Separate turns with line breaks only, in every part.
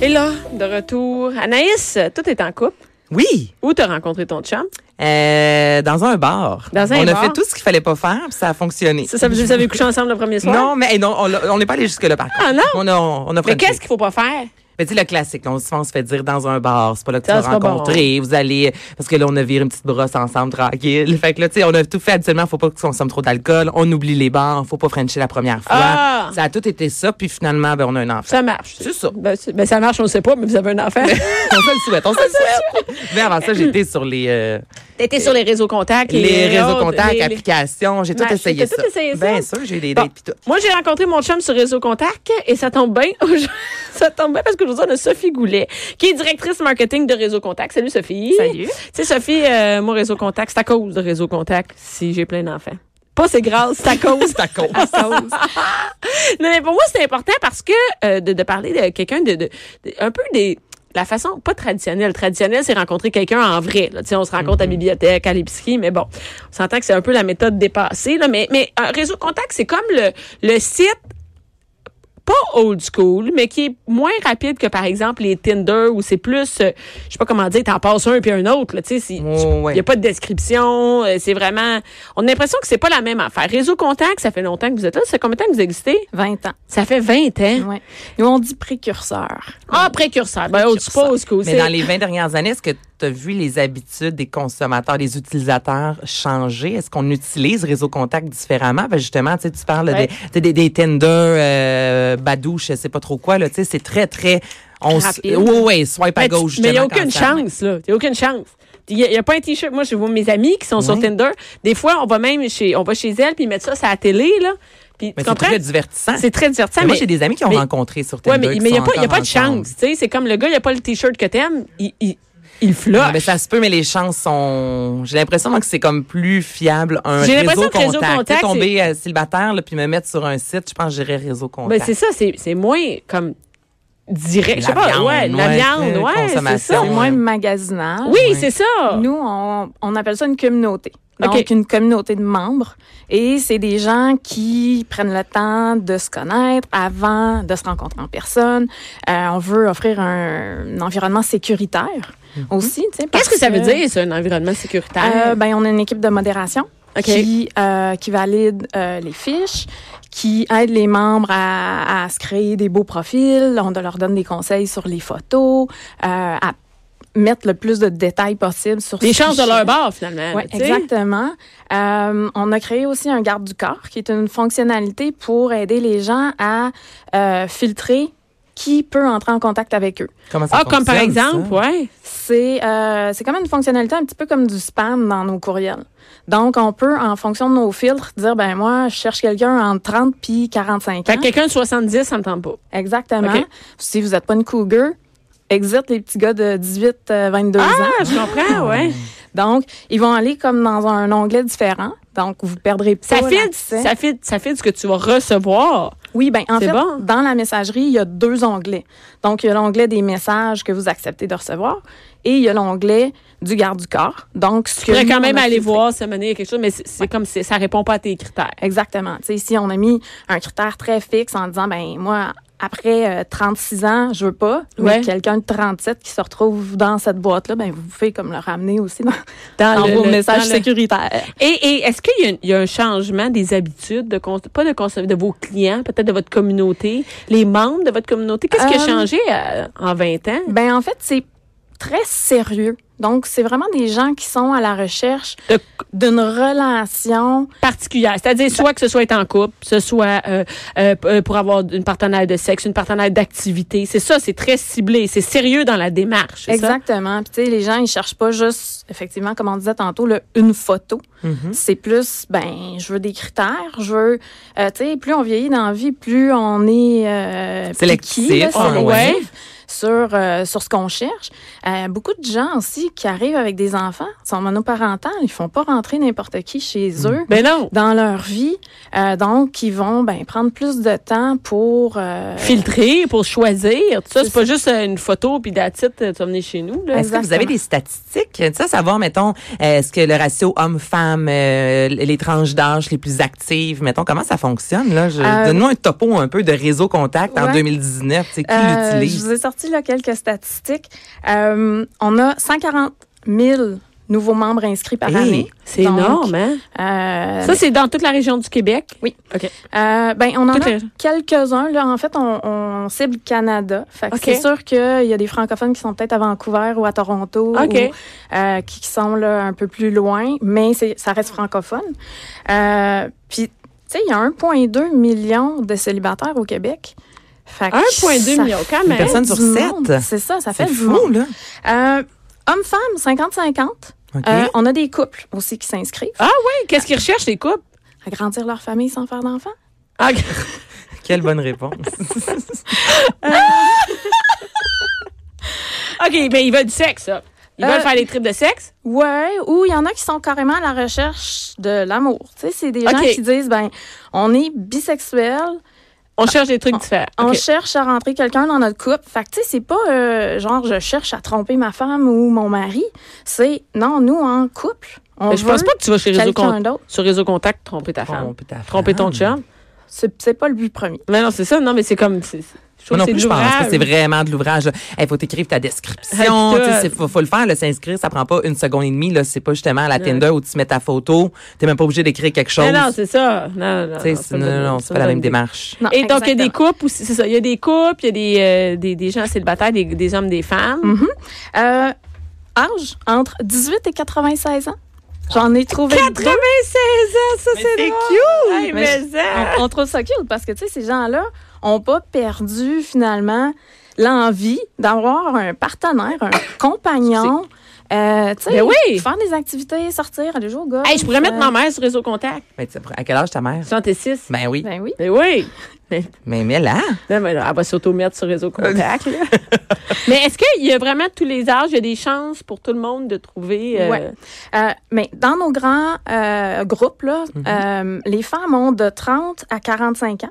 Et là, de retour, Anaïs, toi, t'es en couple.
Oui,
Où t'as rencontré ton chum?
euh, dans un bar.
Dans un
on
bar.
a fait tout ce qu'il fallait pas faire, puis ça a fonctionné.
Ça, ça veut dire que vous avez couché ensemble le premier soir?
Non, mais hey, non, on l'a- on n'est pas allé jusque-là, par contre.
Ah, non?
On a, on on a
Mais
frenché.
qu'est-ce qu'il faut pas faire?
Mais tu sais, le classique, là, on, se- on se fait dire dans un bar, c'est pas là que tu
Ça,
vas
c'est pas bon.
rencontrer, vous allez, parce que là, on a viré une petite brosse ensemble, tranquille. Fait que là, tu sais, on a tout fait, habituellement, faut pas qu'on consomme trop d'alcool, on oublie les bars, faut pas frencher la première fois.
Ah!
Ça a tout été ça, puis finalement, ben, on a un enfant.
Ça marche.
C'est ça.
Ben, c'est- ben, ça marche, on sait pas, mais vous avez un enfant.
on se le souhaite, on se le souhaite. Mais avant ça, j'étais sur les, euh,
T'étais sur les réseaux contacts. et
les réseaux
autres,
contacts,
les- les-
applications, j'ai tout
Ouais,
essayé
t'as
ça.
tout essayé ça?
Bien sûr, j'ai eu des
Bon.
dates pis tout.
Moi, j'ai rencontré mon chum sur Réseau Contact et ça tombe bien. ça tombe bien parce qu'aujourd'hui, on a Sophie Goulet, qui est directrice marketing de Réseau Contact. Salut, Sophie.
Salut.
Tu sais, Sophie, euh, mon Réseau Contact, c'est à cause de Réseau Contact si j'ai plein d'enfants. Pas c'est grâce, c'est à cause.
C'est à cause.
non, mais pour moi, c'est important parce que euh, de, de parler de quelqu'un de, de- de- un peu des la façon pas traditionnelle. Traditionnelle, c'est rencontrer quelqu'un en vrai. Là. Tu sais, On se rencontre à la bibliothèque, à l'épicerie, mais bon, on s'entend que c'est un peu la méthode dépassée. Là. Mais, mais un réseau contact, c'est comme le, le site pas old school, mais qui est moins rapide que, par exemple, les Tinder, où c'est plus, euh, je sais pas comment dire, t'en passes un puis un autre. là, Tu sais, c'est- tu- il
Oh, ouais.
y a pas de description. euh, C'est vraiment... On a l'impression que c'est pas la même affaire. Réseau Contact, ça fait longtemps que vous êtes là. Ça fait combien de temps que vous existez?
20 ans.
Ça fait 20 ans.
Ouais. Nous, on dit précurseur.
Ah, précurseur. Ben, tu
Précurseur.
suppose que
Mais dans les 20 dernières années, est-ce que tu as vu les habitudes des consommateurs, des utilisateurs changer? Est-ce qu'on utilise Réseau Contact différemment? Ben justement, tu sais, tu parles
Ouais.
des, tu sais, des, des Tinder, euh, Badou, je sais pas trop quoi. là, tu sais, C'est très, très... On s-
Rapide.
ouais, ouais, swipe à
Mais Ben, tu-
gauche.
Mais il n'y a
justement, quand
aucune
ça-
chance, là. Il n'y a aucune chance. Il n'y a, il y a pas un t-shirt. Moi, je vois mes amis qui sont sur
Ouais.
Tinder. Des fois, on va même chez, on va chez elles, puis ils mettent ça sur la télé, là. Puis,
Mais
tu
c'est
comprends?
très divertissant.
C'est très divertissant.
Mais moi, j'ai des amis qui ont
mais-
rencontré sur
Ouais,
Tinder.
mais
qui
il n'y a,
sont
pas- il y a
encore
pas de
ensemble.
chance. tu sais. C'est comme le gars, il n'y a pas le t-shirt que t'aimes, il, il, il flush.
Ah, ben, ça se peut, mais les chances sont. J'ai l'impression moi, que c'est comme plus fiable un
J'ai
réseau
l'impression que
contact.
Réseau
Tu sais,
Contact,
tomber euh, célibataire là, puis me mettre sur un site, je pense que j'irais réseau
Ben,
contact.
c'est ça, c'est c'est moins comme direct. Je sais
La
pas,
viande,
ouais, la
ouais,
viande,
euh,
ouais, c'est
consommation.
ça.
C'est moins magasinage.
Oui,
Ouais.
c'est ça.
Nous, on, on appelle ça une communauté. Donc,
OK.
une communauté de membres. Et c'est des gens qui prennent le temps de se connaître avant de se rencontrer en personne. Euh, on veut offrir un, un environnement sécuritaire aussi. tu sais, parce
Mhm. Qu'est-ce que ça veut dire, ça, un environnement sécuritaire?
Euh, ben, on a une équipe de modération
OK.
qui, euh, qui valide euh, les fiches, qui aide les membres à, à se créer des beaux profils. On leur donne des conseils sur les photos, euh, à mettre le plus de détails possible sur
les
ce
chances de
fichier.
leur bord, finalement.
Oui,
là, tu sais.
exactement. Euh, on a créé aussi un garde du corps, qui est une fonctionnalité pour aider les gens à euh, filtrer qui peut entrer en contact avec eux.
Comment ça
Ah, comme par
fonctionne, ça?
exemple, ouais.
C'est euh, c'est comme une fonctionnalité un petit peu comme du spam dans nos courriels. Donc, on peut, en fonction de nos filtres, dire, ben moi, je cherche quelqu'un entre 30 puis 45 ans.
Fait que quelqu'un de 70, ça me tente pas.
Exactement.
OK.
Si vous n'êtes pas une cougar, exit les petits gars de 18, euh, 22 ans.
Ah, je comprends, ouais.
Donc, ils vont aller comme dans un onglet différent. Donc, vous perdrez pas
Ça fit,
l'accès.
ça fit, ça fit ce que tu vas recevoir.
Oui, ben en
C'est
fait,
bon.
dans la messagerie, il y a deux onglets. Donc, il y a l'onglet des messages que vous acceptez de recevoir et il y a l'onglet du garde du corps. Donc, ce
Tu
que
pourrais
nous,
quand
on
même
a
aller
filtré.
voir se mener quelque chose, mais c'est c'est comme si ça répond pas à tes critères.
Exactement. Tu sais, ici, on a mis un critère très fixe en disant, ben moi, après euh, 36 ans, je veux pas.
Ouais.
Mais quelqu'un de 37 qui se retrouve dans cette boîte-là, ben vous pouvez comme le ramener aussi dans,
Dans
dans
Ah, le-
vos
le-
messages
dans le-
sécuritaires.
Et, et est-ce qu'il y a un- il y, a un changement des habitudes, de cons- pas de cons- de vos clients, peut-être de votre communauté, les membres de votre communauté? Qu'est-ce qui a
Euh,
changé euh, en 20 ans?
Ben en fait, c'est très sérieux. Donc, c'est vraiment des gens qui sont à la recherche
De-
d'une relation
particulière. C'est-à-dire soit que ce soit être en couple, ce soit euh, euh, p- euh, pour avoir une partenaire de sexe, une partenaire d'activité. C'est ça, c'est très ciblé, c'est sérieux dans la démarche. c'est ça?
Exactement. Puis tu sais, les gens, ils cherchent pas juste, effectivement, comme on disait tantôt, le, une photo.
Mm-hmm.
C'est plus, ben, je veux des critères, je veux, euh, tu sais, plus on vieillit dans la vie, plus on est euh,
Sélectif,
picky, là,
hein,
sélectif
Ah, ouais.
sur euh, sur ce qu'on cherche. Euh, beaucoup de gens aussi qui arrivent avec des enfants, sont monoparentales, ils font pas rentrer n'importe qui chez eux
Ben non,
dans leur vie, Euh, donc ils vont ben prendre plus de temps pour euh,
filtrer pour choisir. Tout ça, Ah,
C'est
c'est pas juste euh, une photo puis d'attitude, tu vas venir chez nous. Là.
Est-ce que vous avez
Exactement.
des statistiques? Tu sais, savoir, mettons, euh, est-ce que le ratio homme-femme, euh, les tranches d'âge les plus actives, mettons, comment ça fonctionne? là? Je-
Euh,
Donne-moi un topo un peu de réseau contact en
ouais.
2019. Tu sais, qui
Euh, je
l'utilise?
vous ai sorti sorti là, quelques statistiques. Euh, on a 140 000 nouveaux membres inscrits par
Hey,
année.
Eh, C'est
Donc,
énorme, hein?
Euh,
Ça, c'est dans toute la région du Québec?
Oui.
OK.
euh, ben, on en
Toutes
a
les-
quelques-uns. Là. En fait, on, on cible Canada. Fait que
OK.
C'est sûr qu'il y a des francophones qui sont peut-être à Vancouver ou à Toronto
OK.
ou, euh, qui, qui sont là, un peu plus loin, mais c'est, ça reste francophone. Euh, Puis, tu sais, il y a 1,2 million de célibataires au Québec. Fait que
1,2
ça
million, quand
Une
même.
personne
fait
sur
du
sept.
monde. C'est ça, ça fait
C'est
du
fou,
monde.
là.
Euh, Hommes-femmes, 50-50.
OK.
Euh, on a des couples aussi qui s'inscrivent
Ah! Qu'est-ce qu'ils recherchent, les couples?
à grandir leur famille sans faire d'enfants.
Ah,
Quelle bonne réponse.
OK, mais ils veulent du sexe, ça. Ils
Euh,
veulent faire des tripes de sexe?
Ouais, ou il y en a qui sont carrément à la recherche de l'amour. Tu sais, c'est des gens
Ok.
qui disent ben on est bisexuel,
On cherche des trucs différents.
on
OK.
cherche à rentrer quelqu'un dans notre couple. Fait que tu sais, c'est pas euh, genre je cherche à tromper ma femme ou mon mari, c'est non, nous en couple, on
Mais je
veut
pense pas que tu vas chez Réseau,
quelqu'un
Con-
d'autre.
sur Réseau Contact tromper ta femme.
Trompe ta
Tromper ton
femme.
chum.
C'est c'est pas le but premier.
Mais non, c'est ça. Non, mais c'est comme... c'est- Je
Moi
trouve
non
que c'est de
plus, je pense que
l'ouvrage.
c'est vraiment de l'ouvrage. Il faut t'écrire ta description.
Hey,
tu sais,
tout.
c'est- faut, faut le faire. là, S'inscrire, ça prend pas une seconde et demie. là. C'est pas justement à la Tinder où tu mets ta photo. T'es même pas obligé d'écrire quelque chose.
Mais non, c'est ça. Non, non,
Tu sais,
non,
c'est- non, non, non, c'est pas la même démarche.
Non,
Et donc, il y a
exactement.
des couples aussi. C'est ça. Il y a des couples, il y a des, euh, des, des gens célibataires, des, des hommes, des femmes.
Mm. Euh, âge entre 18 et 96 ans. J'en ai trouvé deux.
96 ans, ça, c'est
c'est
drôle. Hey,
Mais
mais ça.
on, on trouve ça cute parce que tu sais ces gens-là ont pas perdu finalement l'envie d'avoir un partenaire, un compagnon, euh, tu sais,
Ben oui.
faire des activités, sortir, aller jouer au golf.
Hey, je pourrais mettre ma
euh,
mère sur Réseau Contact.
Mais tu sais, à quel âge ta mère?
66.
Ben oui.
Ben oui.
Mais oui.
Mais, mais là,
Non, mais non, elle va s'auto-mettre sur Réseau Contact. là. mais est-ce qu'il y a vraiment tous les âges, il y a des chances pour tout le monde de trouver. euh,
Ouais. Euh, mais dans nos grands euh, groupes là,
Mhm.
euh, les femmes ont de 30 à 45 ans.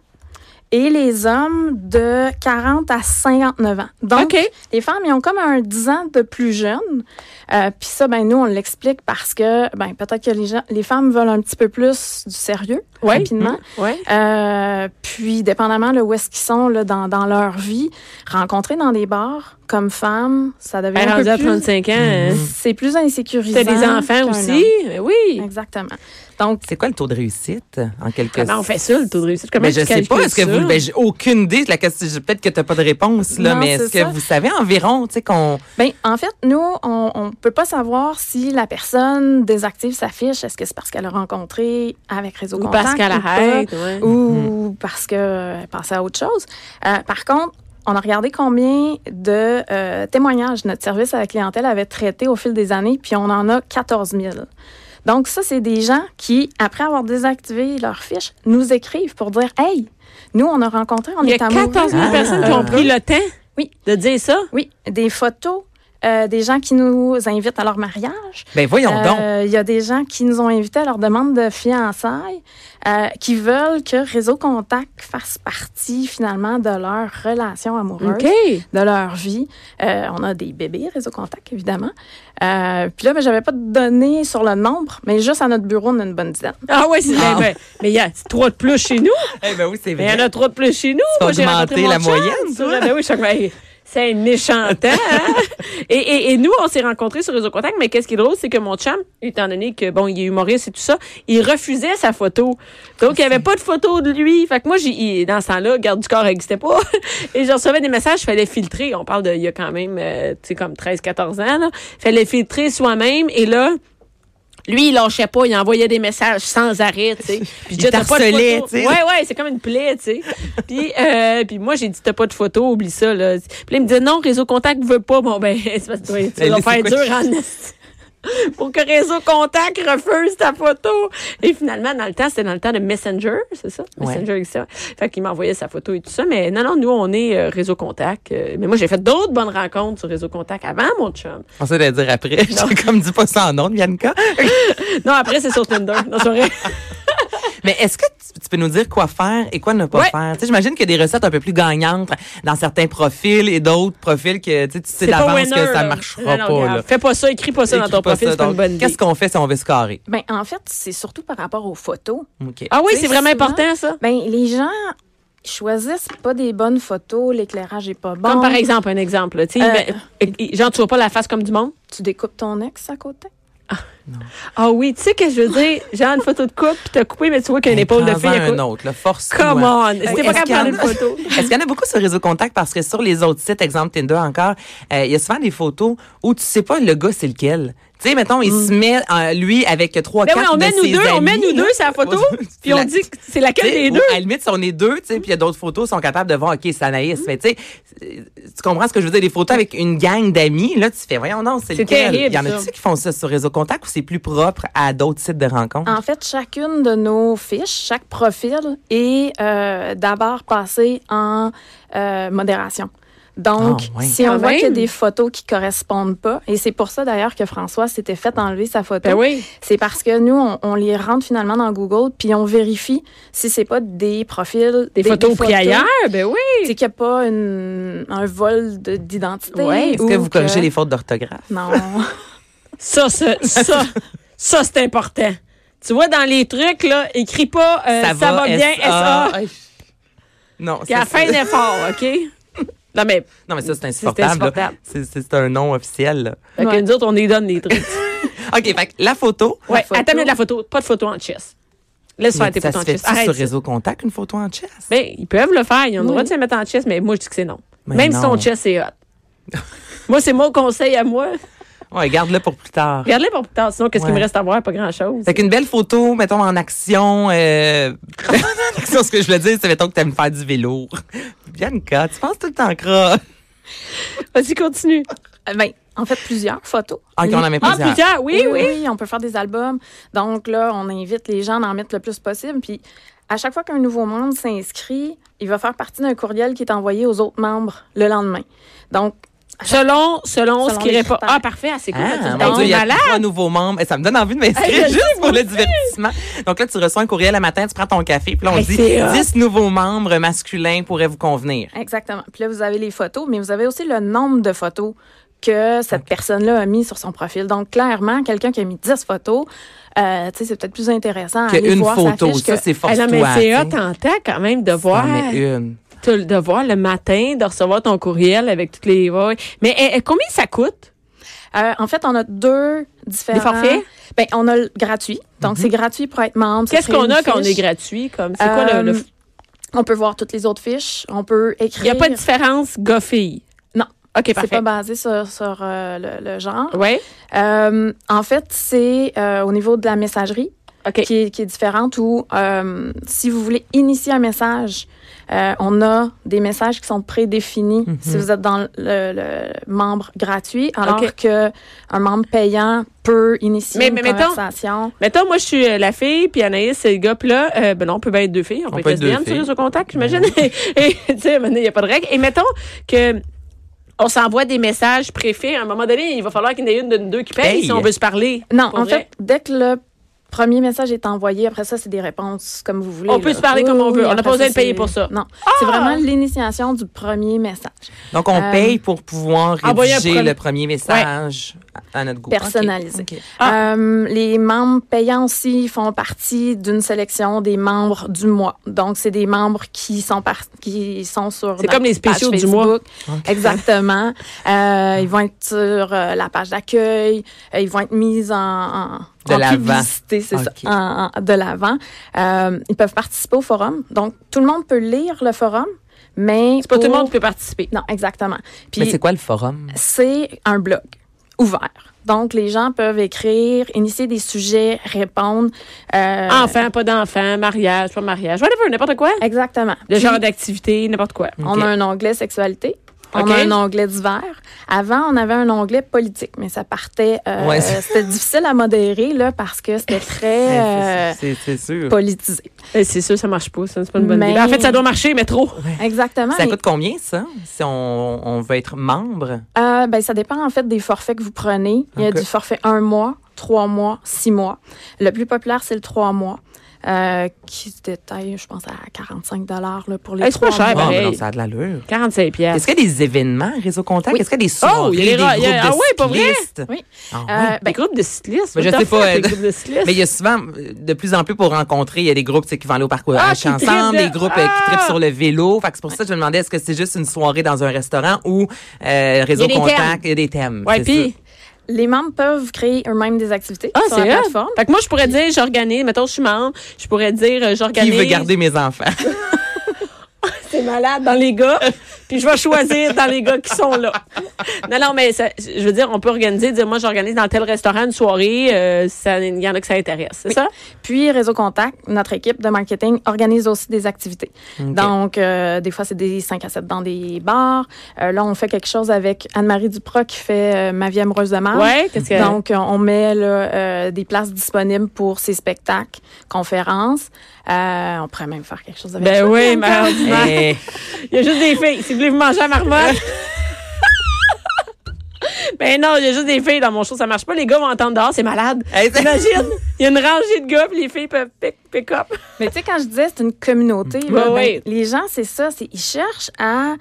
Et les hommes de 40 à 59 ans. Donc,
OK.
Les femmes, ils ont comme un 10 ans de plus jeune. Euh, Puis ça, ben nous, on l'explique parce que ben peut-être que les, gens, les femmes veulent un petit peu plus du sérieux
Ouais. Mhm.
rapidement.
Ouais.
Euh, puis, dépendamment de où est-ce qu'ils sont là, dans, dans leur vie, rencontrer dans des bars comme femme, ça devient
Elle est
un
rendue
peu
Ben, à
plus...
35 ans. hein.
C'est plus insécurisant.
T'as des
qu'un
enfants aussi.
homme.
Mais oui.
Exactement. Donc,
c'est quoi le taux de réussite, en quelque
Comment on Ah ben, fait ça, le taux de réussite? Comment
Mais je
tu
sais pas,
calcules
est-ce que
ça?
vous. Ben, j'ai aucune idée. La question, je- peut-être que t'as pas de réponse, là,
Non,
mais est-ce
c'est
que
ça.
vous savez environ, tu sais, qu'on.
Ben, en fait, nous, on, on peut pas savoir si la personne désactive sa fiche. Est-ce que c'est parce qu'elle a rencontré avec Réseau
Ou
Contact
parce qu'elle
ou pas,
arrête. ouais.
ou
Mhm.
parce qu'elle pensait à autre chose. Euh, par contre, on a regardé combien de euh, témoignages notre service à la clientèle avait traité au fil des années, puis on en a 14 000. Donc ça, c'est des gens qui, après avoir désactivé leur fiche, nous écrivent pour dire « Hey, nous, on a rencontré, on
Il y a
est amoureux.
14 000
Ah.
personnes qui ont pris le temps
Oui.
de dire ça.
Oui, des photos, euh, des gens qui nous invitent à leur mariage.
Ben, voyons donc.
Euh, Il y a des gens qui nous ont invités à leur demande de fiançailles, euh, qui veulent que Réseau Contact fasse partie finalement de leur relation amoureuse, de leur vie. Euh, on a des bébés Réseau Contact, évidemment. Euh, Puis là, ben, j'avais pas de données sur le nombre, mais juste à notre bureau, on a une bonne dizaine.
Ah ouais, c'est
Ah.
ben, ben, mais il y a trois de plus chez nous.
Eh ben oui, c'est
Mais il y en
vrai.
a trois de plus chez nous.
vas
Moi, j'ai
augmenter
rencontré mon
la
chum,
moyenne,
ça.
toi.
Ben oui, je suis comme, ben, c'est un méchant temps. hein? et, et, et nous, on s'est rencontrés sur Réseau Contact, mais qu'est-ce qui est drôle, c'est que mon chum, étant donné que bon, il est humoriste et tout ça, il refusait sa photo. Donc, il n'y avait pas de photo de lui. Fait que moi, j'ai, il- dans ce temps-là, garde du corps n'existait pas. et je recevais des messages, il fallait filtrer. On parle de, il y a quand même, euh, tu sais, comme 13, 14 ans, là. Fallait filtrer soi-même. Et là, lui, il lâchait pas, il envoyait des messages sans arrêt, tu sais. Puis je disais, T'as pas de
t'harcelait,
photo.
tu sais.
Ouais, Ah ouais, c'est comme une plaie, tu sais. puis, euh, puis moi, j'ai dit, t'as pas de photo, oublie ça, là. Puis là, il me disait, non, Réseau Contact veut pas. Bon, ben, c'est parce que tu vas- tu
Ben,
vas
là,
faire
c'est quoi?
dur en esti. Pour que Réseau Contact refuse ta photo. Et finalement, dans le temps, c'était dans le temps de Messenger, c'est ça?
Ouais.
Messenger, etc. Fait qu'il m'envoyait sa photo et tout ça. Mais non, non, nous, on est euh, Réseau Contact. Euh, mais moi, j'ai fait d'autres bonnes rencontres sur Réseau Contact avant mon chum.
On sait le dire après. J'ai comme dit pas ça en nom, Bianca.
Non, après, c'est sur Tinder. Non, c'est vrai.
Mais est-ce que tu, tu peux nous dire quoi faire et quoi ne pas
Ouais.
faire? Tu sais, j'imagine qu'il y a des recettes un peu plus gagnantes dans certains profils et d'autres profils que tu sais, tu sais
C'est pas
d'avance
winner,
que ça
là.
marchera
Non, non,
pas.
regarde,
là.
Fais pas ça, écris pas ça dans
Écris
ton
pas
profil,
ça.
c'est pas une
Donc,
bonne idée.
Qu'est-ce qu'on fait si on veut se carrer?
Ben, en fait, c'est surtout par rapport aux photos.
OK.
Ah oui,
Tu sais,
c'est vraiment
souvent-
important ça.
Ben, les gens, ils choisissent pas des bonnes photos, l'éclairage est pas bon.
Comme par exemple, un exemple. là, tu sais,
Euh,
ben, euh, genre, tu vois pas la face comme du monde?
Tu découpes ton ex à côté.
Ah oui, tu sais que je veux dire, genre une photo de coupe, puis t'as coupé, mais tu vois qu'il y a une épaule de fille. à
un
côté.
autre, là, force
Come on! C'était pas
Est-ce qu'il y en
capable de prendre une photo.
Est-ce qu'il y en a beaucoup sur Réseau Contact? Parce que sur les autres sites, exemple Tinder encore, euh, il y a souvent des photos où tu sais pas le gars c'est lequel. Tu sais, mettons, il se met, euh, lui, avec trois,
Mm. Ben oui,
quatre
on
de
met nous
ses
deux, on
amis,
met nous
là.
deux sa photo, puis
La-
on dit que c'est laquelle
T'sais,
des
ou
deux.
À la limite, si on est deux, tu sais, puis il y a d'autres photos, sont capables de voir, OK, c'est
Mm.
Anaïs. Mais tu sais, euh, tu comprends ce que je veux dire? Des photos avec une gang d'amis, là, tu fais, voyons, non, c'est
C'est
lequel?
terrible,
Il y en
ça.
a-tu qui font ça sur Réseau Contact ou c'est plus propre à d'autres sites de
Ah,
rencontres?
En fait, chacune de nos fiches, chaque profil est euh, d'abord passé en euh, modération. Donc,
Ah, ouais.
si
Quand
on voit
même.
qu'il y a des photos qui correspondent pas, et c'est pour ça d'ailleurs que François s'était fait enlever sa photo,
Ben oui.
c'est parce que nous, on, on les rentre finalement dans Google, puis on vérifie si c'est pas des profils,
Des, photos pris ailleurs, ben oui.
C'est qu'il n'y a pas une- un vol de- d'identité.
Ouais,
Est-ce
ou
que vous
que-
corrigez les fautes d'orthographe?
Non. Euh,
Ça, ça, ça, ça, c'est important. Tu vois, dans les trucs, là, écris pas euh, ça, va, bien,
S.A..
S.A.
Non,
Puis à
ça,
la fin,
c'est-
l'effort, OK? Non, mais,
non, mais ça, c'est insupportable. là.
insupportable.
C'est c'est un nom officiel. là.
fait que
Ouais.
nous autres, on les donne les trucs.
OK, fait que la photo.
Ouais,
photo.
attends, mais de la photo, pas de photo en chess. Laisse faire tes
ça
photos
se
en
fait
chess. Arrête.
sur
ça.
Réseau Contact, une photo en chess?
Ben, ils peuvent le faire, ils ont le
Oui.
droit de se mettre en chess, mais moi, je dis que c'est non.
Mais
Même
non.
si ton chess est hot. moi, c'est mon conseil à moi.
Ouais, garde-le pour plus tard.
Regarde-les pour plus tard, sinon, qu'est-ce qu'il
Ouais.
me reste à voir? Pas grand-chose.
Fait qu'une belle photo, mettons, en action. Euh... en action, ce que je voulais dire, c'est mettons que t'aimes faire du vélo. Bianca, tu penses tout le temps gras.
Vas-y, continue.
ben, en fait, plusieurs photos.
Ah, OK, on en met
Ah,
plusieurs.
plusieurs, oui, oui.
on peut faire des albums. Donc là, on invite les gens à en mettre le plus possible. Puis à chaque fois qu'un nouveau membre s'inscrit, il va faire partie d'un courriel qui est envoyé aux autres membres le lendemain. Donc,
Selon, selon, ce
Selon
qui
les
répond.
critères.
Ah, parfait, ah, c'est cool.
Ah,
Ah,
mon Dieu, il y a
malade.
trois nouveaux membres. Et ça me donne envie de m'inscrire
Hey, je
juste pour le divertissement. Donc là, tu reçois un courriel le matin, tu prends ton café, puis là, on
Hey,
dit
c'est hot.
10 nouveaux membres masculins pourraient vous convenir.
exactement. Puis là, vous avez les photos, mais vous avez aussi le nombre de photos que cette personne-là a mis sur son profil. Donc, clairement, quelqu'un qui a mis 10 photos, euh, tu sais, c'est peut-être plus intéressant à
Que
aller
une
voir sa
photo,
fiche
ça,
que-
c'est
Ah,
force-toi.
non, mais c'est
tu
hot
sais.
en temps quand même de voir,
T'en mets une.
te- de voir le matin, de recevoir ton courriel avec toutes les... ouais, ouais. Mais eh, eh, combien ça coûte?
Euh, en fait, on a deux différents.
Des forfaits?
Ben, on a le gratuit. Donc,
Mhm.
c'est gratuit pour être membre. Ça
Qu'est-ce
serait
qu'on a
une
quand on est
fiche.
gratuit? comme C'est quoi le- le...
Euh, On peut voir toutes les autres fiches. On peut écrire.
Il n'y a pas de différence gars-fille?
Non.
OK,
C'est
parfait.
pas basé sur, sur euh, le, le genre.
Oui?
Euh, en fait, c'est euh, au niveau de la messagerie
OK.
qui est, qui est différente où, euh, si vous voulez initier un message, euh, on a des messages qui sont prédéfinis
Mhm.
si vous êtes dans le, le membre gratuit, alors
Ok.
que un membre payant peut initier
Mais-
une
mais mettons-
conversation.
Mettons, moi, je suis euh, la fille, puis Anaïs, c'est le gars, puis là, euh, ben non, on peut bien être deux filles, on, peut être lesbienne
filles. Ben
sur Réseau Contact, j'imagine. Et, tu sais, à un moment donné, il n'y a pas de règle. Et mettons que on s'envoie des messages préfets. À un moment donné, il va falloir qu'il y en ait une de nous deux qui paye
Paye.
si on veut se parler.
Non,
Pour
en
vrai.
fait, dès que le premier message est envoyé, après ça, c'est des réponses comme vous voulez.
On peut
là.
se parler comme on veut. On n'a
après
pas besoin
ça,
de payer
c'est-
pour ça. Ah!
Non, c'est vraiment l'initiation du premier message
Donc, on
Euh,
paye pour pouvoir
envoyer un
rédiger
premier-
le premier message à à notre goût.
personnalisé.
Ok, ok.
Ah,
Euh, les membres payants aussi font partie d'une sélection des membres du mois. Donc, c'est des membres qui sont par- qui sont sur.
C'est
notre
comme les spéciaux
page
du mois.
Facebook.
Ok.
Exactement. Euh, ils vont être sur euh, la page d'accueil. Euh, ils vont être mis en, en,
De
en
l'avant.
publicité, c'est
Ok.
ça, en- en- de l'avant. Euh, ils peuvent participer au forum. Donc, tout le monde peut lire le forum, mais
C'est pas tout le
pour-
monde qui peut participer.
Non, exactement. Puis,
Mais c'est quoi le forum?
c'est un blog ouvert. Donc, les gens peuvent écrire, initier des sujets, répondre. euh,
Enfant, pas d'enfant, mariage, pas mariage, whatever, n'importe quoi.
Exactement.
Le
Puis,
genre d'activité, n'importe quoi.
On a un onglet sexualité. On
OK.
a un onglet divers. Avant, on avait un onglet politique, mais ça partait. euh,
Ouais, c'est-
c'était difficile à modérer là parce que c'était très
Ouais, Eh,
euh,
c'est- c'est- C'est sûr.
politisé.
Eh, C'est sûr, ça marche pas. ça, C'est pas une bonne
Mais-
idée. Ben, En fait, ça doit marcher, mais trop.
Exactement.
Ça
mais,
coûte combien, ça, si on, on veut être membre?
euh, ben, ça dépend en fait des forfaits que vous prenez. Il y a
OK.
du forfait un mois, trois mois, six mois. Le plus populaire, c'est le trois mois. euh, qui se détaille, je pense, à 45 dollars pour les
Hey, c'est
trois
pas cher,
Ah,
ben,
mois.
mais
hey.
non, ça a de l'allure.
45 pièces.
Est-ce qu'il y a des événements, réseau contact?
Oui.
Est-ce qu'il y a des
Oh,
soirées,
il y a
des
les ra- il y a-
groupes de
ah ouais, pas vrai?
cyclistes?
Oui.
Ah ouais.
Euh, ben,
des groupes de cyclistes.
Ben, je
What the
sais
fuck,
pas,
Des
elle-
groupes de cyclistes.
Mais il y a souvent, euh, de plus en plus pour rencontrer, il y a des groupes tu sais, qui vont aller au parcours
Ah,
H
qui
ensemble,
trippent de-
des groupes euh, qui
Ah!
trippent sur le vélo. Fait que c'est pour ça que je me demandais, est-ce que c'est juste une soirée dans un restaurant ou euh, réseau
Il y a des thèmes.
contact, il y a des thèmes.
Ouais,
c'est
puis
les membres peuvent créer eux-mêmes des activités
ah,
sur
c'est
la
là.
plateforme.
Fait que moi je pourrais dire j'organise, mettons je suis membre, je pourrais dire euh,
ça. Qui
j'organise
veut garder mes enfants?
c'est malade hein? dans les gars, puis je vais choisir dans les gars qui sont là. Non, non, mais ça- je veux dire, on peut organiser, dire, moi, j'organise dans tel restaurant une soirée, euh, ça- il y en a que ça intéresse, c'est ça?
Puis Réseau Contact, notre équipe de marketing organise aussi des activités. Donc, euh, des fois, c'est des 5 à 7 dans des bars. Euh, là, on fait quelque chose avec Anne-Marie Duprat qui fait euh, Ma vie amoureuse de
Ah.
Mars.
Ouais, qu'est-ce que.
Donc, euh, on met là, euh, des places disponibles pour ces spectacles, conférences. Euh, on pourrait même faire quelque chose avec
ben
ça.
oui,
Bianca.
mais ordinaire.
Eh,
Il y a juste des filles. Si vous voulez vous manger à marmotte. Ben non, il y a juste des filles dans mon show, ça marche pas. Les gars vont entendre dehors, c'est malade.
Hey, c'est-
Imagine, il y a une rangée de gars, puis les filles peuvent pick, pick up.
Mais tu sais, quand je disais c'est une communauté, là,
Ouais,
ben,
ouais.
les gens, c'est ça. c'est Ils cherchent à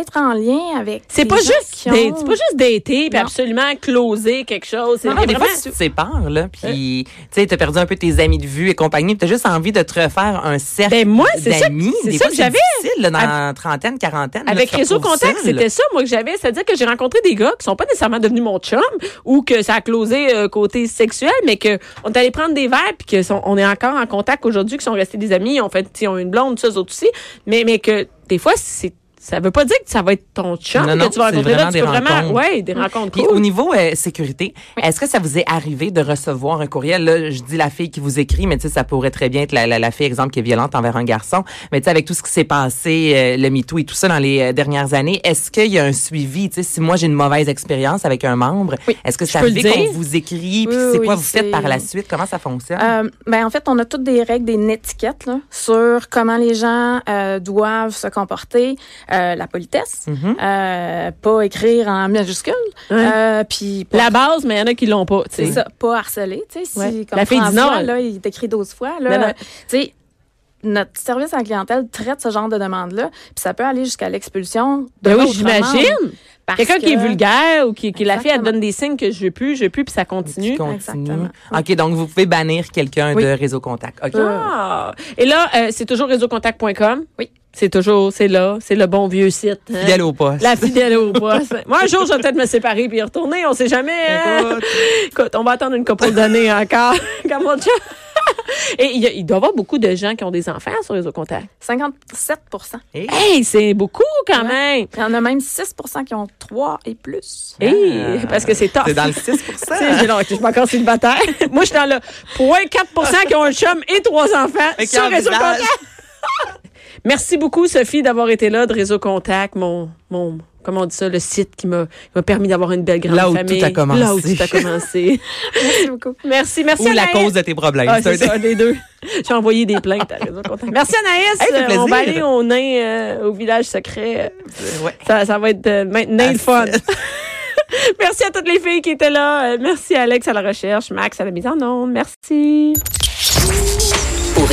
être en lien avec.
C'est
des
pas
gens
juste,
qui ont-
date- c'est pas juste dater, puis
Non.
absolument closer quelque chose. C'est
Non, des
vraiment- Euh.
fois, tu te sépares, là, puis tu sais, t'as perdu un peu tes amis de vue et compagnie, puis t'as juste envie de te refaire un cercle
Ben, moi, c'est ça que-
d'amis.
c'est
Des
ça
fois,
que j'avais.
difficile, là, dans trentaine, quarantaine. là,
Avec
tu te
Réseau
retrouves
Contact,
seule.
c'était ça, moi, que j'avais. C'est-à-dire que j'ai rencontré des gars qui sont pas nécessairement devenus mon chum ou que ça a closé euh, côté sexuel, mais que on est allé prendre des verres puis que sont- on est encore en contact aujourd'hui, qui sont restés des amis, ils ont fait, ils ont une blonde, ça, eux autres aussi. Mais, mais que des fois, c'est, ça veut pas dire que ça va être ton chum que
Non, non,
tu vas
c'est
rencontrer là.
vraiment
Tu peux
des
vraiment,
rencontres.
ouais, des rencontres
Puis
cool.
au niveau euh, sécurité, est-ce que ça vous est arrivé de recevoir un courriel? Là, je dis la fille qui vous écrit, mais tu sais, ça pourrait très bien être la, la, la fille, exemple, qui est violente envers un garçon. Mais tu sais, avec tout ce qui s'est passé, euh, le MeToo et tout ça dans les euh, dernières années, est-ce qu'il y a un suivi? Tu sais, si moi j'ai une mauvaise expérience avec un membre,
Oui.
est-ce que
Je
ça
peux le
arrive qu'on
dire?
vous écrit? Puis
Oui,
c'est
oui,
quoi vous faites
c'est-
par la suite? Comment ça fonctionne?
Euh, ben en fait, on a toutes des règles, des étiquettes là, sur comment les gens euh, doivent se comporter, euh, la politesse,
Mhm.
euh, pas écrire en majuscule,
Ouais.
euh, puis pas-
La base, mais il y en a qui l'ont pas, tu sais.
c'est ça, pas harceler, tu sais, si
Ouais.
comme
La fille dit
François,
non.
là, il t'écrit 12 fois
Non, non.
là, euh, tu sais, notre service à la clientèle traite ce genre de demande là, puis ça peut aller jusqu'à l'expulsion de
Ben oui,
l'autre membre
j'imagine.
parce
Quelqu'un qui est
que-
vulgaire ou qui, qui la fille, elle
Exactement.
donne des signes que je veux plus, je veux plus, puis ça
Tu
continue.
continues.
exactement.
OK, donc vous pouvez bannir quelqu'un
Oui.
de réseau contact. OK.
Ah! Et là, euh, c'est toujours réseaucontact.com.
Oui.
C'est toujours, c'est là, c'est le bon vieux site. hein.
Fidèle au poste.
La fidèle au poste. Moi, un jour, je vais peut-être me séparer puis y retourner. On sait jamais. hein.
Écoute.
Écoute, on va attendre une couple d'années encore. Comme on dit. Et il, y a- il doit y avoir beaucoup de gens qui ont des enfants sur Réseau Contact.
57
Hey.
Hey, c'est beaucoup quand
Ouais.
même.
Il y en a même 6 qui ont 3 et plus.
Hey, parce que c'est tough.
Ah. C'est dans le
Tu
6
sais, j'ai- non, je suis pas encore célibataire. Moi, je suis dans le 0.4 qui ont un chum et trois enfants
Mais qui
sur
ont
Réseau
visage.
Contact. Merci beaucoup, Sophie, d'avoir été là de Réseau Contact, mon, mon, comment on dit ça, le site qui m'a, qui m'a permis d'avoir une belle grande
Là où
famille.
tout a commencé.
Là où tout a commencé.
Merci beaucoup.
merci, merci.
Ou la
Anaïs.
cause de tes problèmes.
Ah,
C'est un
c'est ça, un des deux. J'ai envoyé des plaintes à Réseau Contact. Merci, Anaïs.
Hey, ça fait
Euh, on va aller
plaisir.
au nain, euh, au village secret.
des- Ouais.
Ça, ça va être euh, maintenant le fun.
Ah,
merci à toutes les filles qui étaient là. Euh, Merci à Alex à la recherche, Max à la mise en onde. Merci.
Pour